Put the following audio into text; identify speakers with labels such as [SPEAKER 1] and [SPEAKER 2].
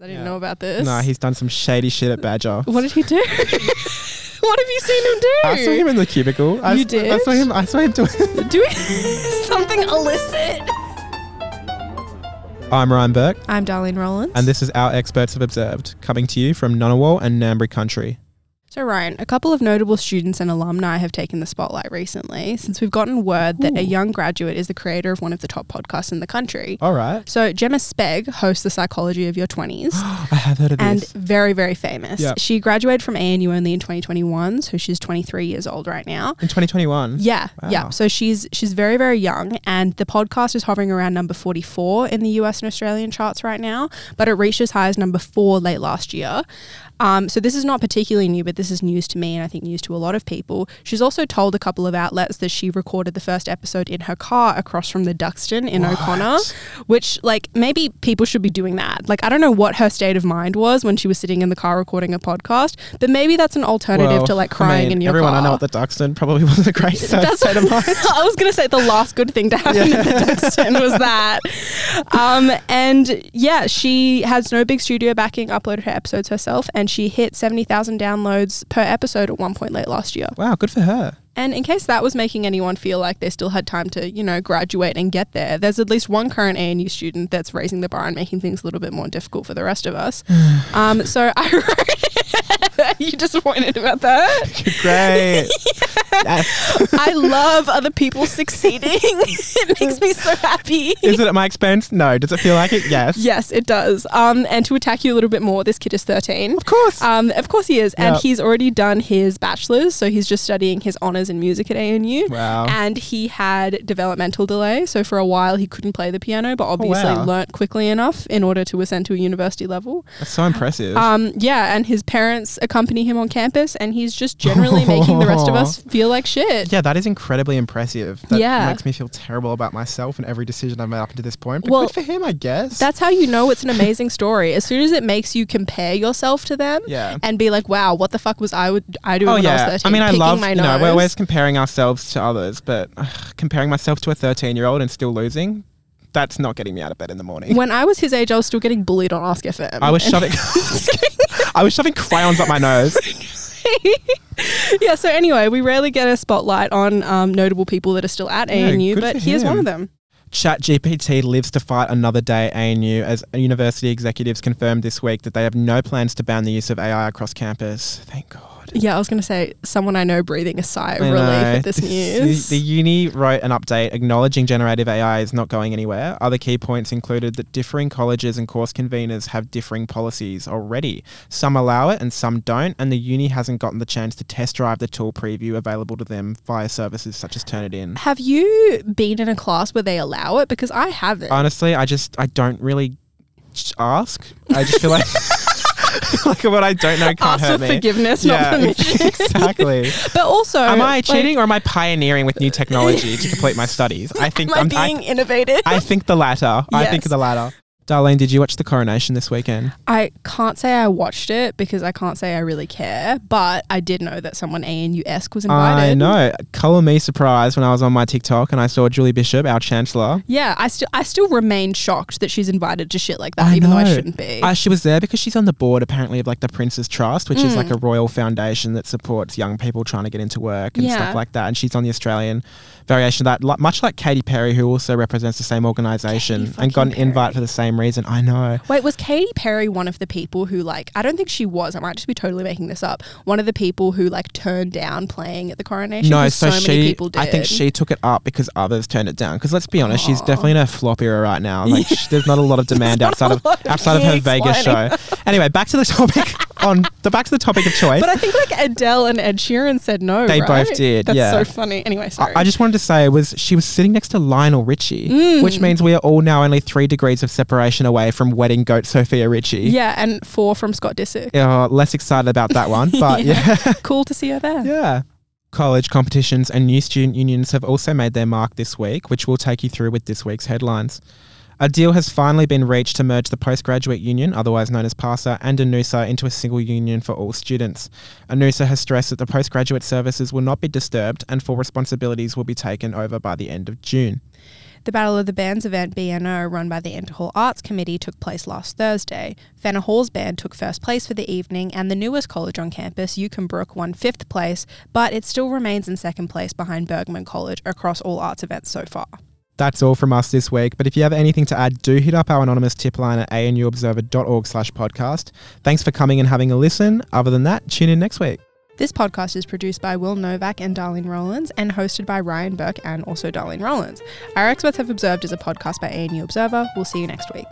[SPEAKER 1] I didn't
[SPEAKER 2] Yeah.
[SPEAKER 1] know about this.
[SPEAKER 2] No, he's done some shady shit at Badger.
[SPEAKER 1] what did he do? what have you seen him do?
[SPEAKER 2] I saw him in the cubicle. I
[SPEAKER 1] You
[SPEAKER 2] s- I saw
[SPEAKER 1] did?
[SPEAKER 2] him. I saw him doing.
[SPEAKER 1] Doing something illicit.
[SPEAKER 2] I'm Ryan Burke,
[SPEAKER 1] I'm Darlene Rollins.
[SPEAKER 2] and this is our experts have observed, coming to you from Ngunnawal and Ngambri country.
[SPEAKER 1] So, Ryan, a couple of notable students and alumni have taken the spotlight recently since we've gotten word that a young graduate is the creator of one of the top podcasts in the country.
[SPEAKER 2] All right,
[SPEAKER 1] So, Gemma Speg hosts The Psychology of Your 20s.
[SPEAKER 2] I have heard of
[SPEAKER 1] and
[SPEAKER 2] this.
[SPEAKER 1] very, very famous.
[SPEAKER 2] Yeah.
[SPEAKER 1] She graduated from ANU only in 2021, so she's 23 years old right now.
[SPEAKER 2] In 2021.
[SPEAKER 1] Yeah,
[SPEAKER 2] Wow.
[SPEAKER 1] yeah. So she's she's very very young, and the podcast is hovering around number 44 in the US and Australian charts right now, but it reached as high as number four late last year. Um, so this is not particularly new, but this is news to me, and I think news to a lot of people. She's also told a couple of outlets that she recorded the first episode in her car across from the Duxton in O'Connor, which like maybe people should be doing that. Like I don't know what her state of mind was when she was sitting in the car recording a podcast, but maybe that's an alternative
[SPEAKER 2] Well,
[SPEAKER 1] to like
[SPEAKER 2] I
[SPEAKER 1] crying
[SPEAKER 2] mean,
[SPEAKER 1] in your
[SPEAKER 2] everyone
[SPEAKER 1] car.
[SPEAKER 2] I know at the Duxton probably wasn't a great
[SPEAKER 1] That's-
[SPEAKER 2] state of mind.
[SPEAKER 1] I was going to say the last good thing to happen at the Duxton was that. Um, and yeah, she has no big studio backing, uploaded her episodes herself, and she hit 70,000 downloads per episode at one point late last year.
[SPEAKER 2] Wow, good for her.
[SPEAKER 1] And in case that was making anyone feel like they still had time to, you know, graduate and get there, there's at least one current ANU student that's raising the bar and making things a little bit more difficult for the rest of us. um, so I wrote. you disappointed about that?
[SPEAKER 2] Great. Yes.
[SPEAKER 1] I love other people succeeding. it makes me so happy.
[SPEAKER 2] Is it at my expense? No. Does it feel like it? Yes.
[SPEAKER 1] Yes, it does. Um, and to attack you a little bit more, this kid is 13.
[SPEAKER 2] Of course.
[SPEAKER 1] Um, of course he is. And
[SPEAKER 2] Yep.
[SPEAKER 1] he's already done his bachelor's. So he's just studying his honors in music at ANU.
[SPEAKER 2] Wow.
[SPEAKER 1] And he had developmental delay. So for a while, he couldn't play the piano, but obviously
[SPEAKER 2] wow.
[SPEAKER 1] learnt quickly enough in order to ascend to a university level.
[SPEAKER 2] That's so impressive.
[SPEAKER 1] Um, yeah. And his parents accompany him on campus. And he's just generally making the rest of us feel like shit.
[SPEAKER 2] yeah, that is incredibly impressive. That
[SPEAKER 1] Yeah.
[SPEAKER 2] makes me feel terrible about myself and every decision I've made up to this point. But
[SPEAKER 1] Well,
[SPEAKER 2] good for him, I guess.
[SPEAKER 1] That's how you know it's an amazing story. As soon as it makes you compare yourself to them
[SPEAKER 2] Yeah.
[SPEAKER 1] and be like, wow, what the fuck was I would I doing
[SPEAKER 2] oh
[SPEAKER 1] when I
[SPEAKER 2] yeah.
[SPEAKER 1] was 13?
[SPEAKER 2] I mean, I
[SPEAKER 1] Picking
[SPEAKER 2] love.
[SPEAKER 1] my
[SPEAKER 2] You know, we're
[SPEAKER 1] nose.
[SPEAKER 2] always comparing ourselves to others, but ugh, comparing myself to a thirteen-year-old and still losing, that's not getting me out of bed in the morning.
[SPEAKER 1] When I was his age, I was still getting bullied on Ask FM.
[SPEAKER 2] I was
[SPEAKER 1] And-
[SPEAKER 2] shoving. I was shoving crayons up my nose.
[SPEAKER 1] yeah, so anyway, we rarely get a spotlight on um, notable people that are still at
[SPEAKER 2] Yeah,
[SPEAKER 1] ANU,
[SPEAKER 2] good
[SPEAKER 1] but
[SPEAKER 2] for
[SPEAKER 1] here's one
[SPEAKER 2] him.
[SPEAKER 1] of them.
[SPEAKER 2] ChatGPT lives to fight another day at ANU as university executives confirmed this week that they have no plans to ban the use of AI across campus. Thank God.
[SPEAKER 1] Yeah, I was going to say someone I know breathing a sigh of
[SPEAKER 2] I
[SPEAKER 1] relief
[SPEAKER 2] know.
[SPEAKER 1] at this, news.
[SPEAKER 2] The uni wrote an update acknowledging generative AI is not going anywhere. Other key points included that differing colleges and course conveners have differing policies already. Some allow it and some don't, and the uni hasn't gotten the chance to test drive the tool preview available to them via services such as Turnitin.
[SPEAKER 1] Have you been in a class where they allow it? Because I haven't.
[SPEAKER 2] honestly, I just I don't really j- ask. I just feel like like what I don't know can't
[SPEAKER 1] Ask
[SPEAKER 2] hurt
[SPEAKER 1] for
[SPEAKER 2] me.
[SPEAKER 1] forgiveness,
[SPEAKER 2] Yeah,
[SPEAKER 1] not permission.
[SPEAKER 2] ex- exactly.
[SPEAKER 1] but also,
[SPEAKER 2] Am I
[SPEAKER 1] like,
[SPEAKER 2] cheating or am I pioneering with new technology to complete my studies? I think
[SPEAKER 1] Am I
[SPEAKER 2] I'm,
[SPEAKER 1] being innovative?
[SPEAKER 2] I, I think the latter. I think
[SPEAKER 1] Yes.
[SPEAKER 2] the latter. Darlene, did you watch the coronation this weekend?
[SPEAKER 1] I can't say I watched it because I can't say I really care, but I did know that someone ANU esque was invited.
[SPEAKER 2] I know. Color me surprised when I was on my TikTok and I saw Julie Bishop, our chancellor.
[SPEAKER 1] Yeah, I still I still remain shocked that she's invited to shit like that, even though I
[SPEAKER 2] know.
[SPEAKER 1] shouldn't be.
[SPEAKER 2] Uh, she was there because she's on the board apparently of like the Prince's Trust, which is like
[SPEAKER 1] Mm.
[SPEAKER 2] a royal foundation that supports young people trying to get into work and
[SPEAKER 1] Yeah.
[SPEAKER 2] stuff like that. And she's on the Australian variation of that, like, much like Katy Perry, who also represents the same organisation and got an invite for the same reason. I know.
[SPEAKER 1] Wait, was Katy Perry one of the people who like I don't think she was, I might just be totally making this up. One of the people who like turned down playing at the coronation.
[SPEAKER 2] No,
[SPEAKER 1] 'Cause
[SPEAKER 2] so,
[SPEAKER 1] many
[SPEAKER 2] she.
[SPEAKER 1] people did.
[SPEAKER 2] I think she took it up because others turned it down. Because let's be honest, she's definitely in her flop era right now. Like, sh- there's not a lot of demand outside of
[SPEAKER 1] lot of
[SPEAKER 2] outside of her
[SPEAKER 1] gigs
[SPEAKER 2] Vegas
[SPEAKER 1] lining
[SPEAKER 2] show. anyway, back to the topic on the back to the topic of choice.
[SPEAKER 1] But I think like Adele and Ed Sheeran said no.
[SPEAKER 2] They
[SPEAKER 1] right?
[SPEAKER 2] both did,
[SPEAKER 1] That's
[SPEAKER 2] yeah.
[SPEAKER 1] so funny. Anyway, sorry.
[SPEAKER 2] I, I just wanted to say was she was sitting next to Lionel Richie, which means we are all now only three degrees of separation away from wedding goat Sophia Richie.
[SPEAKER 1] yeah, and four from Scott Disick.
[SPEAKER 2] Uh, less excited about that one, but yeah. yeah.
[SPEAKER 1] Cool to see her there.
[SPEAKER 2] College competitions and new student unions have also made their mark this week, which we'll take you through with this week's headlines. A deal has finally been reached to merge the Postgraduate Union, otherwise known as PASA, and ANUSA into a single union for all students. ANUSA has stressed that the postgraduate services will not be disturbed and full responsibilities will be taken over by the end of June.
[SPEAKER 1] The Battle of the Bands event, BNO, run by the Interhall Arts Committee, took place last Thursday. Fenner Hall's band took first place for the evening, and the newest college on campus, Brook, won fifth place, but it still remains in second place behind Bergman College across all arts events so far.
[SPEAKER 2] That's all from us this week, but if you have anything to add, do hit up our anonymous tip line at anuobserver.org slash podcast. Thanks for coming and having a listen. Other than that, tune in next week.
[SPEAKER 1] This podcast is produced by Will Novak and Darlene Rollins and hosted by Ryan Burke and also Darlene Rollins. Our experts have observed is a podcast by ANU Observer. We'll see you next week.